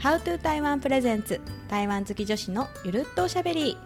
How to 台湾プレゼンツ台湾好き女子のゆるっとおしゃべり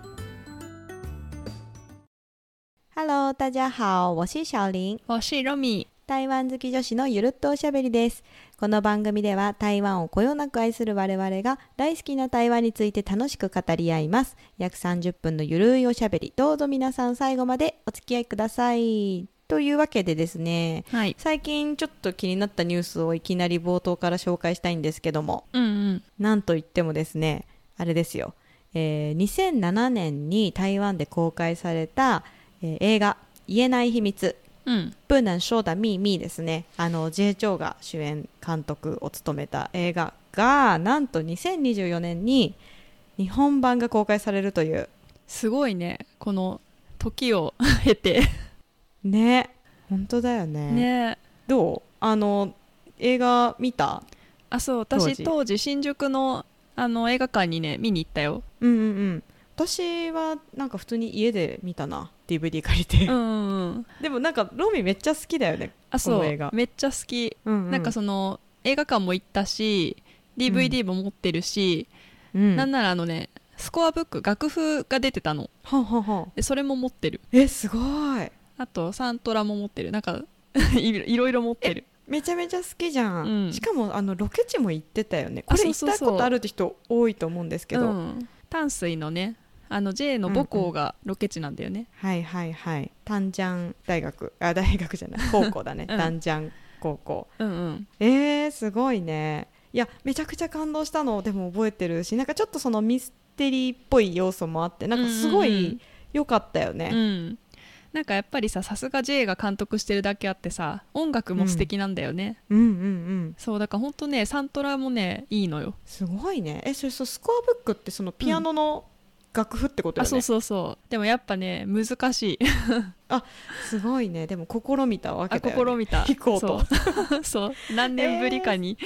Hello 大家好我是小林我是 Romy。台湾好き女子のゆるっとおしゃべりですこの番組では台湾をこよなく愛する我々が大好きな台湾について楽しく語り合います約30分のゆるいおしゃべりどうぞ皆さん最後までお付き合いくださいというわけでですねはい。最近ちょっと気になったニュースをいきなり冒頭から紹介したいんですけどもうんうん。なんといってもですねあれですよ、えー2007年に台湾で公開された、えー映画「言えない秘密」うん。 「不能说的秘密」ですねあの J ・チョウが主演監督を務めた映画がなんと2024年に日本版が公開されるというすごいね。この時を 経て。ね本当だよねねどうあの映画見たあ、そう。当時私、当時、新宿のあの映画館にね、見に行ったよ。うんうんうん私はなんか普通に家で見たな DVD 借りて、うんうんうん。でもなんかロミめっちゃ好きだよねあ、こその映画う。めっちゃ好き。うんなんかその、映画館も行ったし、DVD も持ってるし、うんなんならあのね、スコアブック、楽譜が出てたの。はんはんはんでそれも持ってる。えすごいあと、サントラも持ってる。なんか、 いろいろいろ持ってる。めちゃめちゃ好きじゃん、うんしかもあのロケ地も行ってたよねあこれ行そうそうったそうことあるって人多いと思うんですけど、うん、淡水のねあの J の母校がロケ地なんだよね、はいはいはい丹江大学あ大学じ ゃない高校だねうん丹江高校うん、うんえー、すごいねいやめちゃくちゃ感動したのでも覚えてるしなんかちょっとそのミステリーっぽい要素もあってなんかすごうんうんうんい良かったようねんなんかやっぱりささすが J が監督してるだけあってさ音楽も素敵なんだよね、うんうんうんそうだからほんとねサントラもねいいのよすごいねえそれそうスコアブックってそのピアノの楽譜ってことよあね、そうそうそうでもやっぱね難しい、すごいねでも試みたわあけだよ、ね、試みた弾こうとそう そう何年ぶりかに、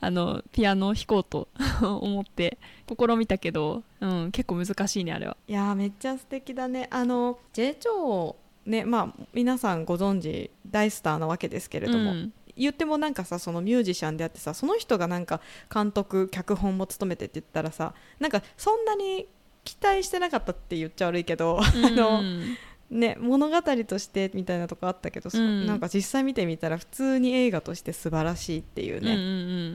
あのピアノを弾こうと 思って試みたけど、うん、結構難しいねあれはいやーめっちゃ素敵だねあの J 長ねまあ皆さんご存知大スターなわけですけれども、うん言ってもなんかさそのミュージシャンであってさその人がなんか監督脚本も務めてって言ったらさなんかそんなに期待してなかったって言っちゃ悪いけど、 あのうんね、物語としてみたいなとこあったけど、そううんなんか実際見てみたら普通に映画として素晴らしいっていうね、うんう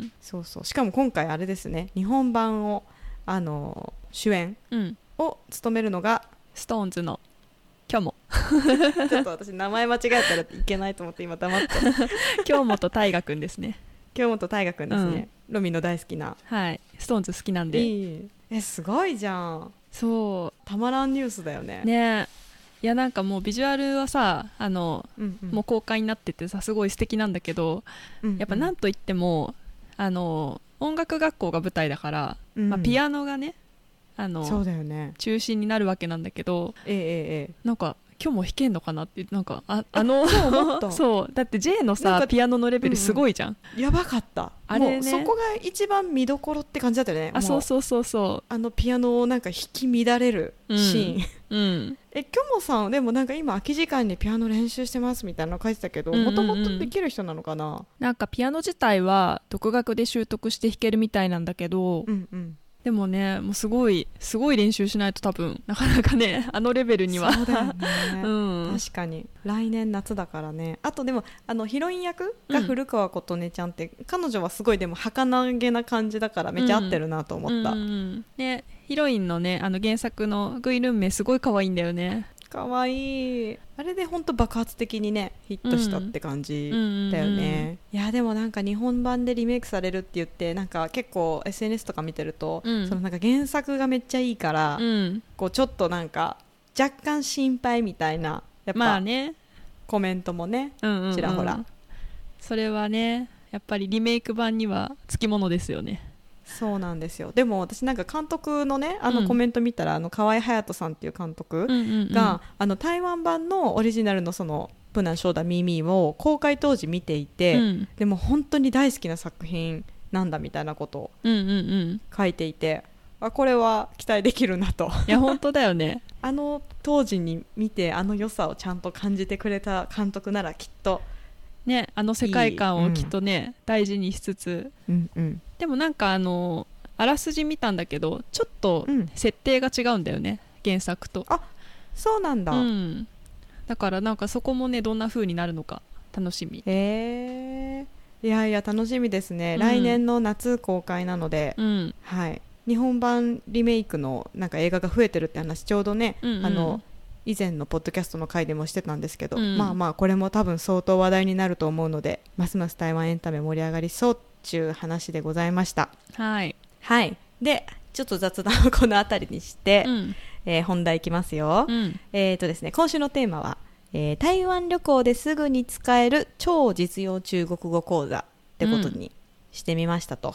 んそうそうしかも今回あれですね日本版をあの主演うんうんを務めるの がストーンズの今日も ちょっと私名前間違えたらいけないと思って今黙って今日もと大河くんですね京本大我くんですね、ロミの大好きなはいストーンズ好きなんでいいえすごいじゃんそたまらんニュースだよねうねいやなんかもうビジュアルはさあの、うんうんもう公開になっててさすごい素敵なんだけどうんうんやっぱなんといってもあの音楽学校が舞台だから、うんまあ、ピアノがねあそうのだよね中心になるわけなんだけどえええええなんか今日も弾けんのかなってなんかああのそう思った そうだって J のなんさかピアノのレベルすごいじゃん、えやばかったあれねもうそこが一番見どころって感じだったよねあもそうそうそうそあのピアノをなんか引き乱れるシーン、うんううんえきょもさんでもなんか今空き時間にピアノ練習してますみたいなの書いてたけどうんうんもうんともとできる人なのかななんかピアノ自体は独学で習得して弾けるみたいなんだけど、うんうんでもねもうすごいすごい練習しないと多分なかなかね あのレベルにはそうだよね、 うん確かに来年夏だからねあとでもあのヒロイン役が古川琴音ちゃんって、彼女はすごいでも儚げな感じだからめっちゃ合ってるなと思ったうんうんねヒロインのねあの原作のグイルンメすごい可愛いんだよね可愛、いいあれで本当爆発的にねヒットしたって感じ、だよね、いやでもなんか日本版でリメイクされるって言ってなんか結構 SNS とか見てると、うんそのなんか原作がめっちゃいいから、うんうんこうちょっとなんか若干心配みたいなやっまあぱね、コメントもね、うんうんうんちらほらそれはねやっぱりリメイク版にはつきものですよねそうなんですよでも私なんか監督のねあうのんコメント見たら、あの河合隼人さんっていう監督うんうんうんが、あの台湾版のオリジナルのその「プナンショーダミーミー」を公開当時見ていて、うんでも本当に大好きな作品なんだみたいなことをうんうんうん書いていてあこれは期待できるなといや本当だよねあの当時に見てあの良さをちゃんと感じてくれた監督ならきっと、ねあの世界観をきっとね、大事にしつつうんうん、でもなんかあのあらすじ見たんだけどちょっとうん設定が違うんだよね原作とそうなんだ、うん、だからなんかそこもねどんな風になるのか楽しみ、へえいやいや楽しみですね、うん来年の夏公開なので、うん、はい日本版リメイクのなんか映画が増えてるって話ちょうどね、うんうんあの以前のポッドキャストの回でもしてたんですけど、うんまあまあこれも多分相当話題になると思うのでますます台湾エンタメ盛り上がりそうっちゅう話でございましたはい、はいでちょっと雑談をこの辺りにして、うんえー本題いきますよ、うん、えーとですね、今週のテーマは、えー台湾旅行ですぐに使える超実用中国語講座ってことにしてみましたと、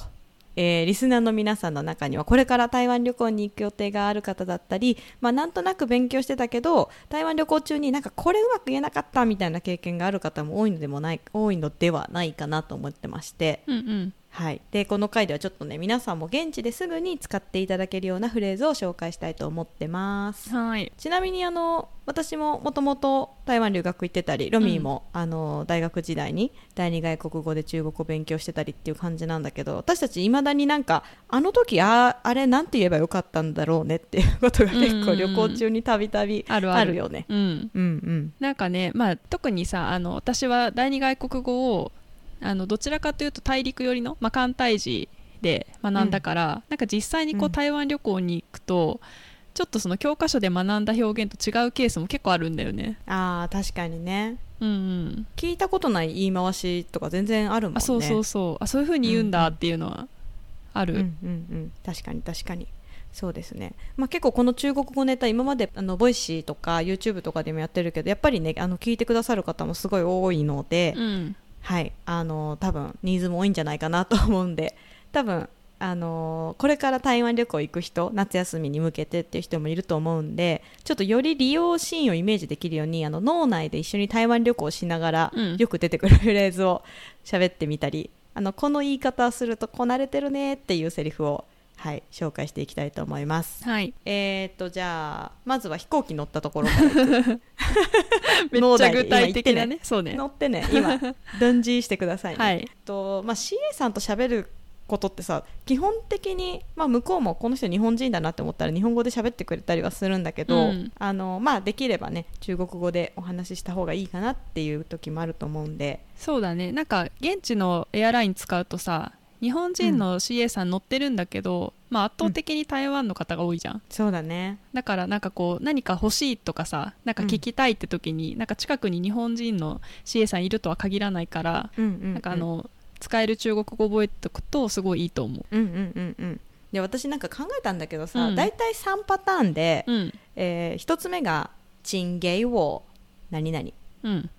えーリスナーの皆さんの中にはこれから台湾旅行に行く予定がある方だったり、まあ、なんとなく勉強してたけど台湾旅行中になんかこれうまく言えなかったみたいな経験がある方も多いのでもない多いのではないかなと思ってまして。うんうんはい、でこの回ではちょっとね皆さんも現地ですぐに使っていただけるようなフレーズを紹介したいと思ってます。はいちなみにあの私ももともと台湾留学行ってたりロミーも、あの大学時代に第二外国語で中国語勉強してたりっていう感じなんだけど私たちいまだになんかあの時ああれなんて言えばよかったんだろうねっていうことが結構うんう旅んうん行中にたびたびあるあるあるよね。うんうんうんなんかね、まあ、特にさあの私は第二外国語をあのどちらかというと大陸寄りの、まあ、関西時で学んだから、なんか実際にこううん台湾旅行に行くと、ちょっとその教科書で学んだ表現と違うケースも結構あるんだよね。あー確かにねうんうん、聞いたことない言い回しとか全然あるもんね。あそうそうそうあそういう風に言うんだっていうのはある。うんうんうん、確かに確かにそうですね、まあ、結構この中国語ネタ今まであのボイシーとか YouTube とかでもやってるけどやっぱりねあの聞いてくださる方もすごい多いので、うんはいあの多分ニーズも多いんじゃないかなと思うんで 多分あのこれから台湾旅行行く人夏休みに向けてっていう人もいると思うんでちょっとより利用シーンをイメージできるようにあの脳内で一緒に台湾旅行をしながら、うんよく出てくるフレーズを 喋ってみたりあのこの言い方するとこなれてるねっていうセリフを、はい、紹介していきたいと思います。はい、えー、っとじゃあまずは飛行機乗ったところから めっ脳ちゃ内で具体的な今ねそうね乗ってね 今論じしてくださいね。はいえっとまあ、CA さんと喋ることってさ基本的に、まあ、向こうもこの人日本人だなって思ったら日本語で喋ってくれたりはするんだけど、うんあのまあ、できればね中国語でお話しした方がいいかなっていう時もあると思うんでそうだねなんか現地のエアライン使うとさ日本人の CA さん乗ってるんだけど、まあ、圧倒的に台湾の方が多いじゃん、そうだねだからなんかこう何か欲しいとかさなんか聞きたいって時に、なんか近くに日本人の CA さんいるとは限らないから、うんうん、なんかあの使える中国語覚えておくとすごいいいと思うんうんうんうんで私なんか考えたんだけどさ、うん大体3パターンで、ううんえ1つ目が「チンゲイを何々うん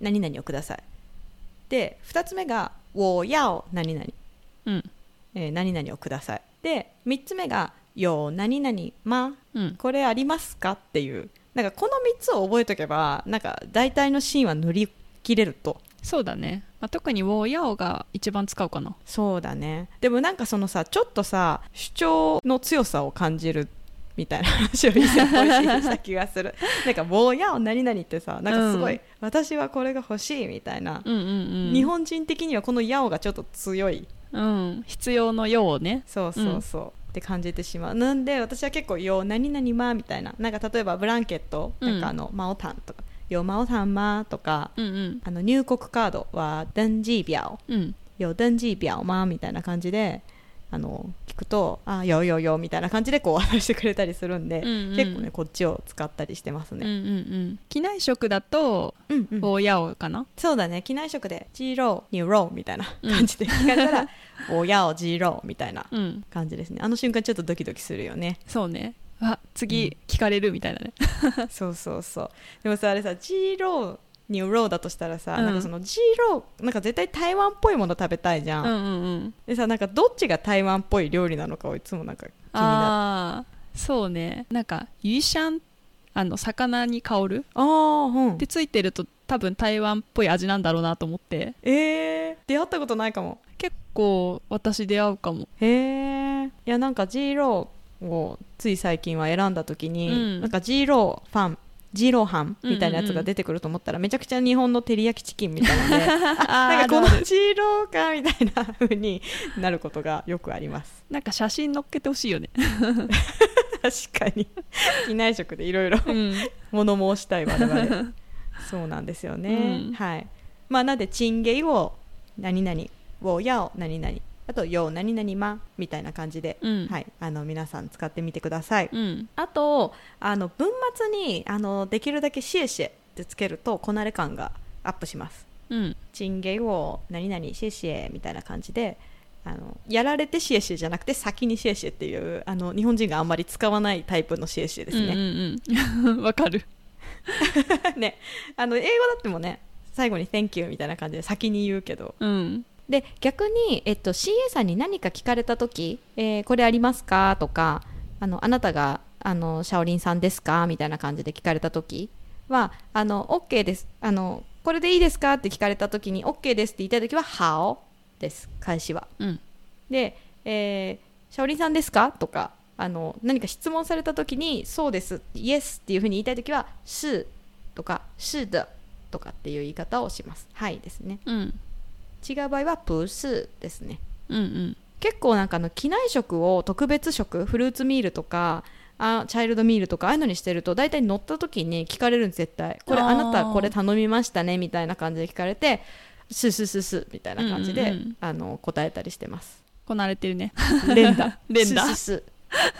何々をください」で2つ目が「我要何々」うんえー何々をくださいで3つ目が「よ何々まうんこれありますか?」っていうなんかこの3つを覚えとけばなんか大体のシーンは塗り切れるとそうだね、まあ、特に「ウォーヤオ」が一番使うかなそうだねでもなんかそのさちょっとさ主張の強さを感じるみたいな 話を以前ボイシーにした気がするなんか「ぼうやを何々」ってさなんかすごい、うん私はこれが欲しいみたいな、うんうんうん日本人的にはこの「やお」がちょっと強いうん、必要の用をね。そうそうそう、って感じてしまうなんで私は結構「よ何々ま」みたいななんか例えばブランケットうんなんかあの「まおたん」とか「よまおたんま」とかうんあの入国カードは「登記表」うん。うん。 「よ登記表ま」みたいな感じであの聞くと「あよよよ」みたいな感じでこう 渡してくれたりするんで、うんうん結構ねこっちを使ったりしてますうんうんうね、ん。機内食だと、うんうんおやおかな。そうだね機内食で「ジロー」「ニューロー」みたいな感じで聞かれたら「おやおジロー」みたいなうん。感じですねあの瞬間ちょっとドキドキするよねそうね。あ、次聞かれるみたいなね。そうそうそうでもさあれさ G ローにローだとしたらさ、うんなんかその G ローなんか絶対台湾っぽいもの食べたいじゃうんん、うんうん。でさなんかどっちが台湾っぽい料理なのかをいつもなんか気になるああ、そうね。なんか、ユイシャン、あの、魚に香るあーうんってついてると、多分台湾っぽい味なんだろうなと思って。えー、出会ったことないかも結構私出会うか も。へえいやなんか G ローをつい最近は選んだ時に、うんなんか G ローファンジロハンみたいなやつが出てくると思ったら、めちゃくちゃ日本の照り焼きチキンみたいなので ななんかこのジローかみたいな風になることがよくありますなんか写真載っけてほしいよね、 確かに機内食でいろいろ物申したい我 々そうなんですよね、うんはいまあなんで「チンゲイを何々」「をやを何々」あと「よう何々ま」みたいな感じで、うんはい、あの皆さん使ってみてください、うんあとあの文末にあのできるだけ「シエシエ」ってつけるとこなれ感がアップしますうん「チンゲイを何々シエシエ」みたいな感じであのやられてシエシエじゃなくて先にシエシエっていうあの日本人があんまり使わないタイプのシエシエですね、うんうんうんわかる ね、あの英語だってもね最後に「Thank you」みたいな感じで先に言うけどうんで逆に、えっと、CA さんに何か聞かれた時「えーこれありますか?」とかあの「あなたがあのシャオリンさんですか?」みたいな感じで聞かれた時は「あの OK です」あの「これでいいですか?」って聞かれた時に「OK です」って言いたい時は「How」です返しは。うんで、えー、シャオリンさんですかとかあの何か質問された時にそうですイエスっていうふうに言いたい時は是とか是的とかっていう言い方をしますはいですねうん違う場合は不是ですねうんうん結構なんかあの機内食を特別食フルーツミールとかあチャイルドミールとかああいうのにしてると大体乗った時に聞かれるんです絶対これあーあなたこれ頼みましたねみたいな感じで聞かれてすすすすみたいな感じで、うんうんうんあの答えたりして ますこなれてるね連打連打すすす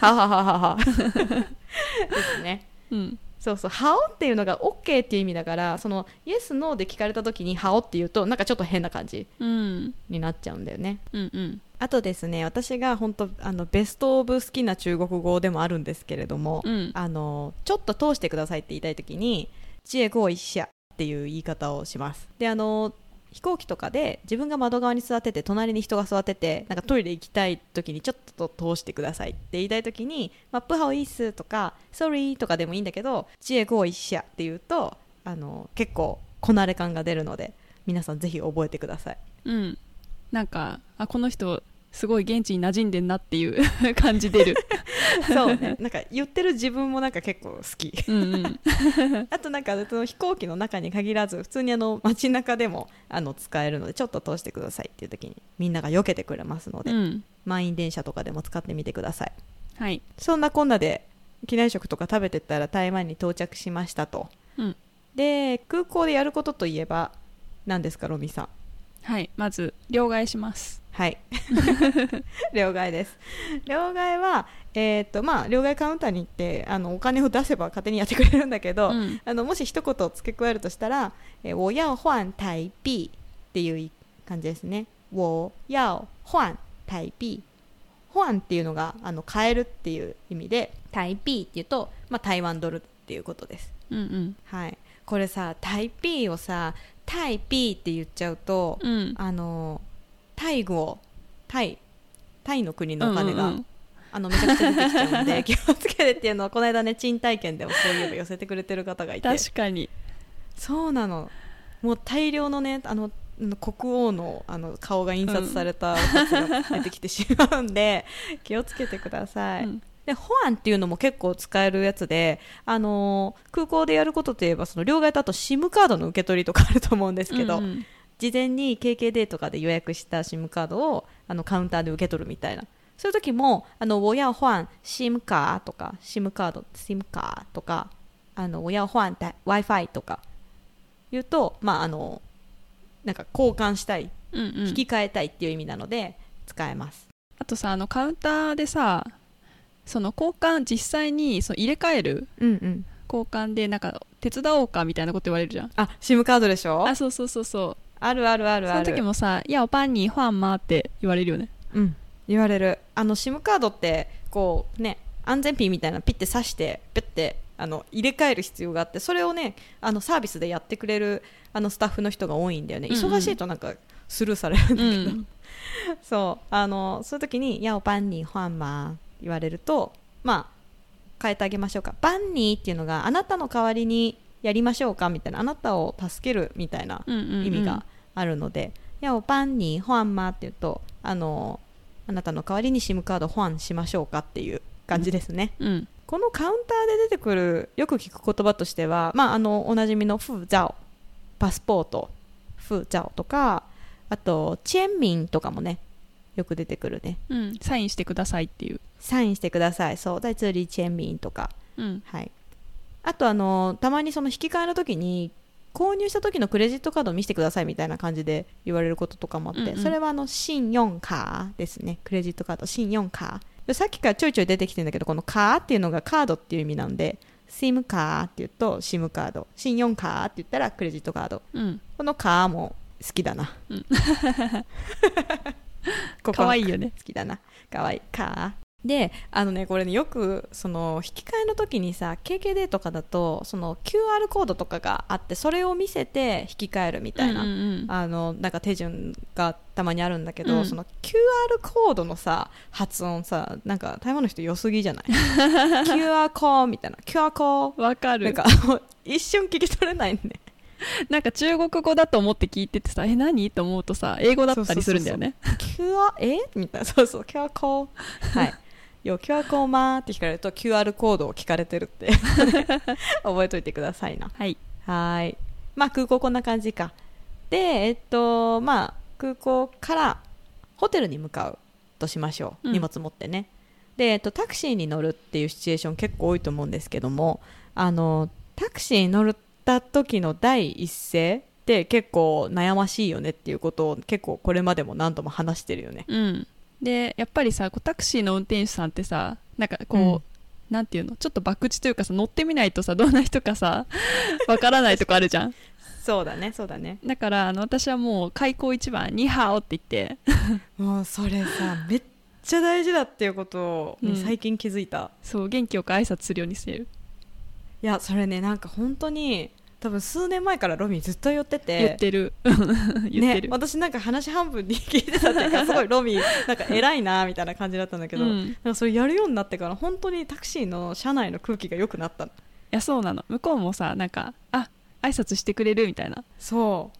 はははははですねうんそうそう「はお」っていうのが OK っていう意味だからその「イエスノー」で聞かれた時に「はお」っていうとなんかちょっと変な感じうんになっちゃうんだよねうんうんあとですね私が本当あのベストオブ好きな中国語でもあるんですけれども、うんあのちょっと通してくださいって言いたい時に「知恵語一社」っていう言い方をしますであの飛行機とかで自分が窓側に座ってて隣に人が座っててなんかトイレ行きたい時にちょっと通してくださいって言いたい時に「まあ、プハオイス」とか「ソリー」とかでもいいんだけど「知恵語一社」って言うとあの結構こなれ感が出るので皆さんぜひ覚えてくださいうんなんかあこの人すごい現地に馴染んでんなっていう 感じ出るそうね なんか言ってる自分もなんか結構好き うんうんあとなんかその飛行機の中に限らず普通にあの街中でもあの使えるのでちょっと通してくださいっていう時にみんなが避けてくれますので、うん満員電車とかでも使ってみてくださいはいそんなこんなで機内食とか食べてったら台湾に到着しましたとうんで空港でやることといえば何ですかロミさんはいまず両替しますはい 両替です両替は、えーっとまあ、両替カウンターに行ってあのお金を出せば勝手にやってくれるんだけど、うんあのもし一言付け加えるとしたら「えー我要换台币」っていう感じですね「我要换台币」「换」っていうのがあの変えるっていう意味で「台币」っていうと、まあ、台湾ドルっていうことです、うんはい、これさ「台币」をさ「台幣」って言っちゃうと、うんうんあのタイ語タイタイの国のお金が、うんうんあのめちゃくちゃ出てきちゃうので 気をつけてっていうのはこの間ね賃貸券でもそういえば寄せてくれてる方がいて確かにそうなのもう大量のねあのうん国王のあの顔が印刷されたやつが出てきてしまうんで、気をつけてください、うんでホアンっていうのも結構使えるやつで、あのー空港でやることといえばその両替とあと SIM カードの受け取りとかあると思うんですけど、うんうん事前に KKD とかで予約した SIM カードをあのカウンターで受け取るみたいなそういう時も「あの我要换 SIM 卡」とか「SIM カード」「SIM 卡」とか「あの我要换 Wi-Fi」とか言うとまああのなんか交換したい、うんうん引き換えたいっていう意味なので使えますあとさあのカウンターでさその交換実際にその入れ替えるうんうん交換でなんか手伝おうかみたいなこと言われるじゃんあ SIM カードでしょあそうそうそうそうあるあるあるそあのる時もさ「いやおパンにファンマー」って言われるよねうん、言われるあの SIM カードってこうね安全ピンみたいなのピッて刺してピッてあの入れ替える必要があってそれをねあのサービスでやってくれるあのスタッフの人が多いんだよねうんうん忙しいとなんかスルーされるんうだけど、 ん そうあのそういう時に「やおバンニーファンマー」言われるとまあ変えてあげましょうか「バンニー」っていうのがあなたの代わりにやりましょうかみたいなあなたを助けるみたいなうんうんうん意味があるので「やおパンにホアンマ」って言うとあのあなたの代わりに SIM カードホアンしましょうかっていう感じですね、うんここのカウンターで出てくるよく聞く言葉としては、まあ、あのおなじみの「フーザオ」パスポート「フーザオ」とかあと「チェンミン」とかもねよく出てくるねうん、サインしてくださいっていう、サインしてくださいそう在通リチェンミンとかうん、はいあとあのたまにその引き換えの時に購入した時のクレジットカードを見せてくださいみたいな感じで言われることとかもあって、うんうんそれはあの信用カーですねクレジットカード信用カーでさっきからちょいちょい出てきてるんだけどこのカーっていうのがカードっていう意味なんで SIM カーって言うと SIM カード信用カーって言ったらクレジットカードうん、このカーも好きだな、うん ここ可は愛いよね。好きだな可愛いかであのねこれねよくその引き換えの時にさ KKD とかだとその QR コードとかがあってそれを見せて引き換えるみたいな、うんうんあのなんか手順がたまにあるんだけど、うんその QR コードのさ発音さなんか台湾の人良すぎじゃない QR コーみたいな QR コーうん、わかるなん か一瞬聞き取れないねなんか中国語だと思って聞いててさえ何と思うとさ英語だったりするんだよね QR えみたいな そうそう QR コードはいよ QR コーマーって聞かれると QR コードを聞かれてるって 覚えといてくださいなはいはーいまあ空港こんな感じかでえっとまあ空港からホテルに向かうとしましょう、うん荷物持ってねで、えっと、タクシーに乗るっていうシチュエーション結構多いと思うんですけどもあのタクシーに乗った時の第一声って結構悩ましいよねっていうことを結構これまでも何度も話してるよねうんでやっぱりさこうタクシーの運転手さんってさなんかこう、うんなんていうのちょっと博打というかさ乗ってみないとさどんな人かさ わからないとこあるじゃんそうだねそうだねだからあの私はもう開口一番「ニーハオ」って言ってもうそれさめっちゃ大事だっていうことをね、うん最近気づいたそう元気よく挨拶するようにしてる、いやそれねなんか本当に多分数年前からロミンずっと言ってて言ってる 言ってねる、、私なんか話半分に聞いてたっていうかす ごいロミンなんか偉いなみたいな感じだったんだけど、うんなんかそれやるようになってから本当にタクシーの車内の空気が良くなったのいやそうなの向こうもさなんかあ挨拶してくれるみたいなそ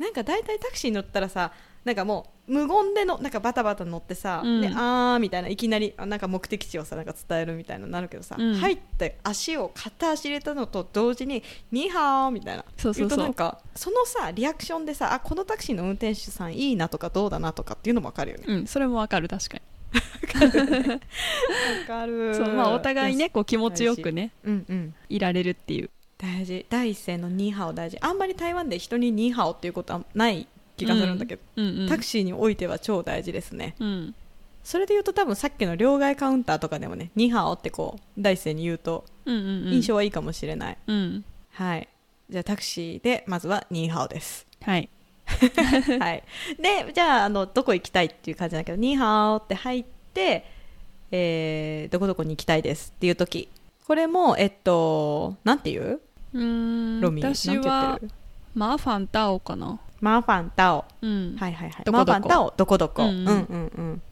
うなんか大体タクシーに乗ったらさなんかもう無言でのなんかバタバタ乗ってさ、うんであーみたいないきなりあなんか目的地をさなんか伝えるみたいなのなるけどさ、うん入って足を片足入れたのと同時に「ニーハオ」みたいなそうそうそ言うとなんかそのさリアクションでさあこのタクシーの運転手さんいいなとかどうだなとかっていうのも分かるよね。うんそれもわかる確かに分かるそうまあお互いねこう気持ちよくねうんうんいられるっていう大事第一声のニーハオ大事あんまり台湾で人にニーハオっていうことはない気がするんだけど、うんうんタクシーにおいては超大事ですねうんそれで言うと多分さっきの両替カウンターとかでもねニーハオってこう第一声に言うとうんうんうん印象はいいかもしれない、うんはいじゃあタクシーでまずはニーハオです、はい はい、でじゃああのどこ行きたいっていう感じだけどニーハオって入って、えーどこどこに行きたいですっていう時これもえっとなんて言ううーんロミー私なんはて言ってるマーファンタオかなマーファンタオうんはいはいはい。どマーこどこファンタオどこどこ。うううんんうんんうん。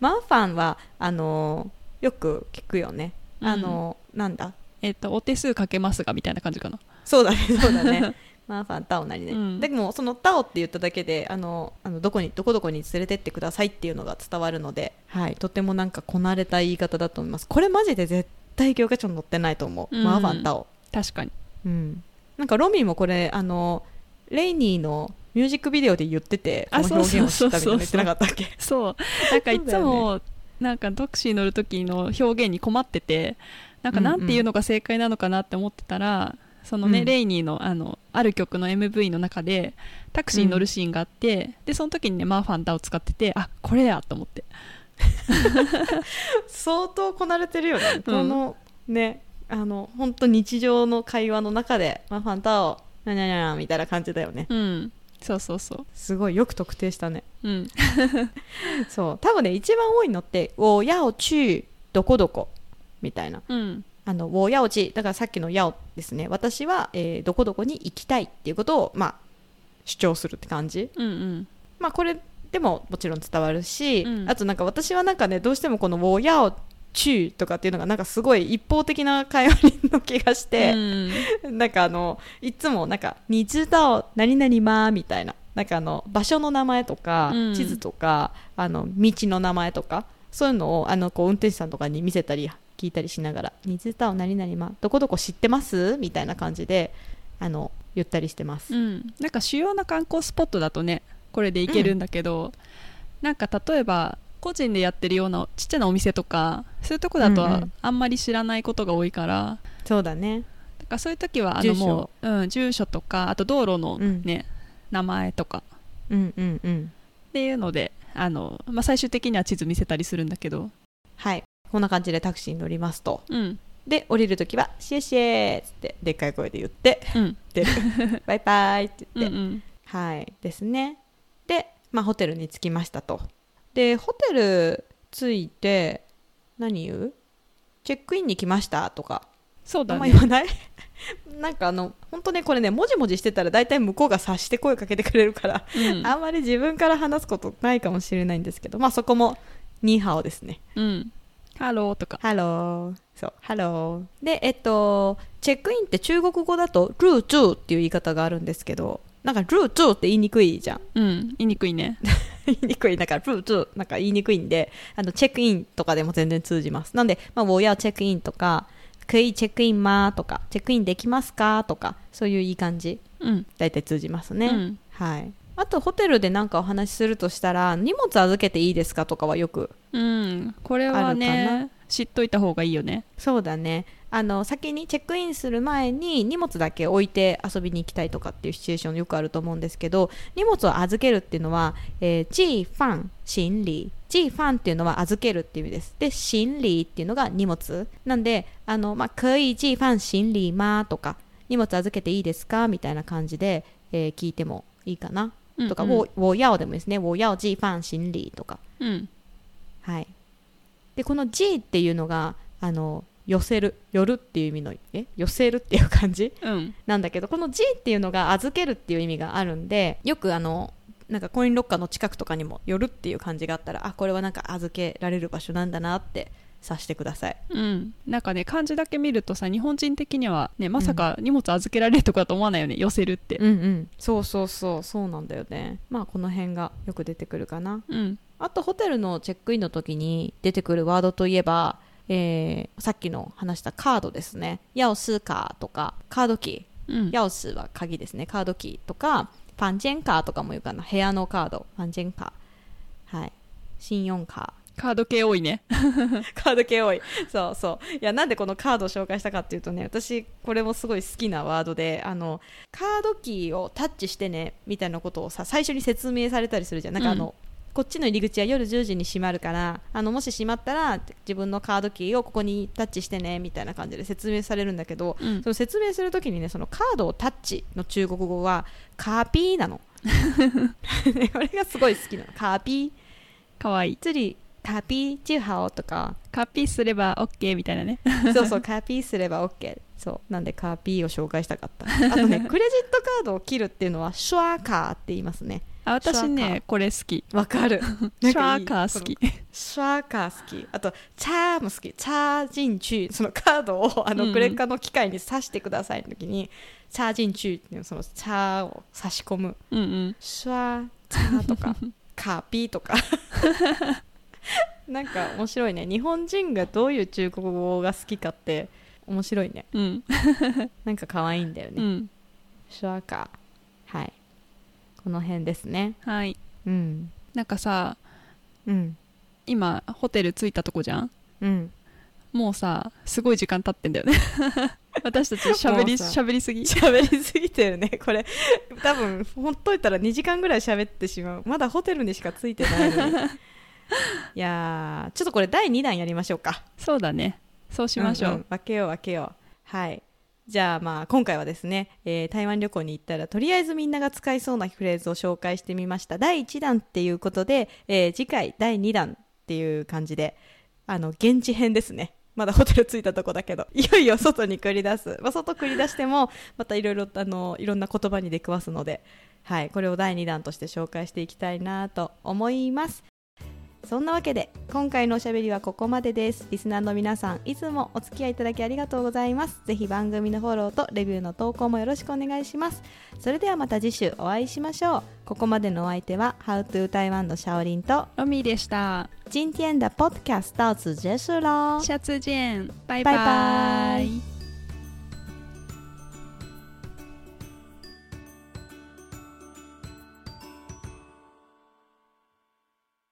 マーファンはあのーよく聞くよね。うんあのーなんだ。えっとお手数かけますがみたいな感じかなそうだねそうだね。 マーファンタオなりね。うんでもそのタオって言っただけであのあのどこにどこどこに連れてってくださいっていうのが伝わるので、はい。とてもなんかこなれた言い方だと思います。これマジで絶対教科書に載ってないと思う。うんマーファンタオ。 確かにうん。なんかロミーもこれあのレイニーのミュージックビデオで言っててこあの表現を知ったみたいなそうそうそうそうの言ってなかったっけ？そうなんかいそうだつよも、なんかタクシー乗る時の表現に困っててなんかなんていうのが正解なのかなって思ってたら、そのね、うんレイニーのあのある曲の MV の中でタクシーに乗るシーンがあって、でその時にねマーファンタを使っててあこれやと思って相当こなれてるよね、このねあの本当日常の会話の中で「まあ、ファンタオなにゃにゃにゃ」みたいな感じだよねうんそうそうそうすごいよく特定したねうんそう多分ね一番多いのって「おやおちどこどこ」みたいなうん「あのおやおち」だからさっきの「やお」ですね私は、えーどこどこに行きたいっていうことをまあ主張するって感じうんうんまあこれでももちろん伝わるし、うんあとなんか私はなんかねどうしてもこの「おやおち」とかっていうのがなんかすごい一方的な会話の気がしてう、んなんかあのいつもなんか「に知道何々ま」みたいななんかあの場所の名前とか、うん地図とかあの道の名前とかそういうのをあのこう運転手さんとかに見せたり聞いたりしながら「ニズタウン何々まどこどこ知ってます?」みたいな感じであの言ったりしてます。うん、なんか主要な観光スポットだとねこれで行けるんだけど、なんか例えば個人でやってるようなちっちゃなお店とかそういうとこだうんうとんあんまり知らないことが多いから、そうだねだからそういう時はあ住の所もう、うん、住所とかあと道路のうんね、名前とかうんうんうんっていうのであの、まあ、最終的には地図見せたりするんだけど、はいこんな感じでタクシーに乗りますとうんで降りる時は「シェシェ」っつってでっかい声で言って うん、 「バイバイ」ってうん言うって、んはいですねで、まあ、ホテルに着きましたとでホテル着いて何言うチェックインに来ましたとかそうあだんまね言わない なんかあの本当ねこれねもじもじしてたら大体向こうが察して声かけてくれるから、うんあんまり自分から話すことないかもしれないんですけどまあそこもニーハオですねうんハローとかハローそうハローでえっとチェックインって中国語だとルーチューっていう言い方があるんですけどなんかルーチューって言いにくいじゃんうん言いにくいね 言いにくいなんかルーチューなんか言いにくいんであのチェックインとかでも全然通じますなんで「まあ、我要チェックイン」とか「可以チェックインま」とか「チェックインできますか?」とかそういういい感じうん大体通じますね、うんはいあとホテルでなんかお話しするとしたら荷物預けていいですかとかはよくうん、これはあるかね知っといた方がいいよねそうだねあの先にチェックインする前に荷物だけ置いて遊びに行きたいとかっていうシチュエーションよくあると思うんですけど荷物を預けるっていうのは「えー、ジーファン」「心理」「ジーファン」っていうのは預けるっていう意味ですで「心理」っていうのが荷物なんで「あのまあ、可以ジーファン心理ま」とか「荷物預けていいですか?」みたいな感じで、えー聞いてもいいかなとか「うん我我要」でもいいですね「我要ジーファン心理」とかうんはい、でこの「G」っていうのがあの寄せる寄るっていう意味のえ寄せるっていう感じうんなんだけどこの「G」っていうのが預けるっていう意味があるんでよくあのなんかコインロッカーの近くとかにも寄るっていう感じがあったらあこれはなんか預けられる場所なんだなって察してくださいうん、なんかね漢字だけ見るとさ日本人的には、ね、まさか荷物預けられるとかと思わないよね、寄せるって、うんうんそうそうそうそうなんだよねまあこの辺がよく出てくるかなうんあとホテルのチェックインの時に出てくるワードといえば、えーさっきの話したカードですね。ヤオスカーとか、カードキうんー。ヤオスは鍵ですね。カードキーとか、ファンジェンカーとかも言うかな。部屋のカード。ファンジェンカー。はい。信用カカード系多いねー。カード系多い。そうそう。いや、なんでこのカードを紹介したかっていうとね、私、これもすごい好きなワードで、あの、カードキーをタッチしてね、みたいなことをさ、最初に説明されたりするじゃん。なんかあの、うこっちの入り口は夜10時に閉まるからあのもし閉まったら自分のカードキーをここにタッチしてねみたいな感じで説明されるんだけど、うんその説明するときにねそのカードをタッチの中国語はカーピー なの ねこれがすごい好きなのカーピーかわいい釣りカーピーチューハオとかカピーすれば OK みたいなね そうそうカーピーすれば OK そうなんでカーピーを紹介したかったあ とねクレジットカードを切るっていうのはシュワーカーって言いますねあ私シュワーカーねこれ好きわか るシュワーカー好きシャーカー好きあとチャーも好きチャージンチューそのカードをあうんうのんクレカの機械に挿してくださいの時に、チャージンチューっていうのそのチャーを差し込むうんうんシャーチャーと かカーピーと かなんか面白いね日本人がどういう中国語が好きかって面白いねうんなんか可愛いんだよね、うんシャーカーはいこの辺ですねはいうんなんかさうん今ホテル着いたとこじゃんうんもうさすごい時間経ってんだよね 私たち喋りもうさ喋りすぎ喋りすぎてるねこれ多分ほっといたら2時間ぐらい喋ってしまうまだホテルにしかついてない のにいやーちょっとこれ第2弾やりましょうかそうだねそうしましょう、んん分けよう分けようはいじゃあまあ今回はですね、えー台湾旅行に行ったらとりあえずみんなが使いそうなフレーズを紹介してみました第1弾っていうことで、えー次回第2弾っていう感じであの現地編ですねまだホテル着いたとこだけど いよいよ外に繰り出す、まあ、外繰り出してもまたいろいろあのいろんな言葉に出くわすので、はい、これを第2弾として紹介していきたいなと思いますそんなわけで今回のおしゃべりはここまでですリスナーの皆さんいつもお付き合いいただきありがとうございますぜひ番組のフォローとレビューの投稿もよろしくお願いしますそれではまた次週お会いしましょうここまでのお相手は How to 台湾のシャオリンとロミーでした。今天的 Podcast 到此结束喽。下次见，拜拜拜。拜